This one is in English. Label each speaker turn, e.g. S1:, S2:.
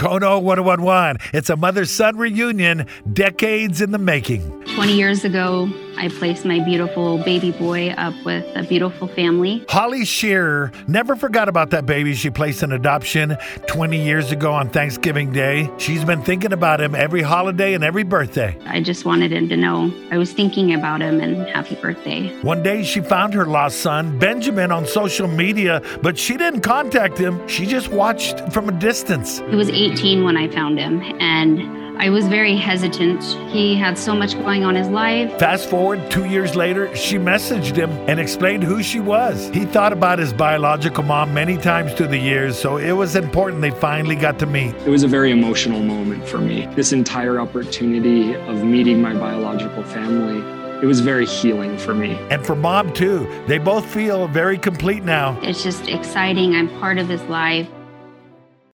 S1: Kono 1011. It's a mother son reunion, decades in the making.
S2: 20 years ago, I placed my beautiful baby boy up with a beautiful family.
S1: Holly Shearer never forgot about that baby she placed in adoption 20 years ago on Thanksgiving Day. She's been thinking about him every holiday and every birthday.
S2: I just wanted him to know I was thinking about him and happy birthday.
S1: One day she found her lost son, Benjamin, on social media, but she didn't contact him. She just watched from a distance.
S2: He was 18 when I found him, and I was very hesitant. He had so much going on in his life.
S1: Fast forward two years later, she messaged him and explained who she was. He thought about his biological mom many times through the years, so it was important they finally got to meet.
S3: It was a very emotional moment for me. This entire opportunity of meeting my biological family, it was very healing for me.
S1: And for mom, too, they both feel very complete now.
S2: It's just exciting. I'm part of his life.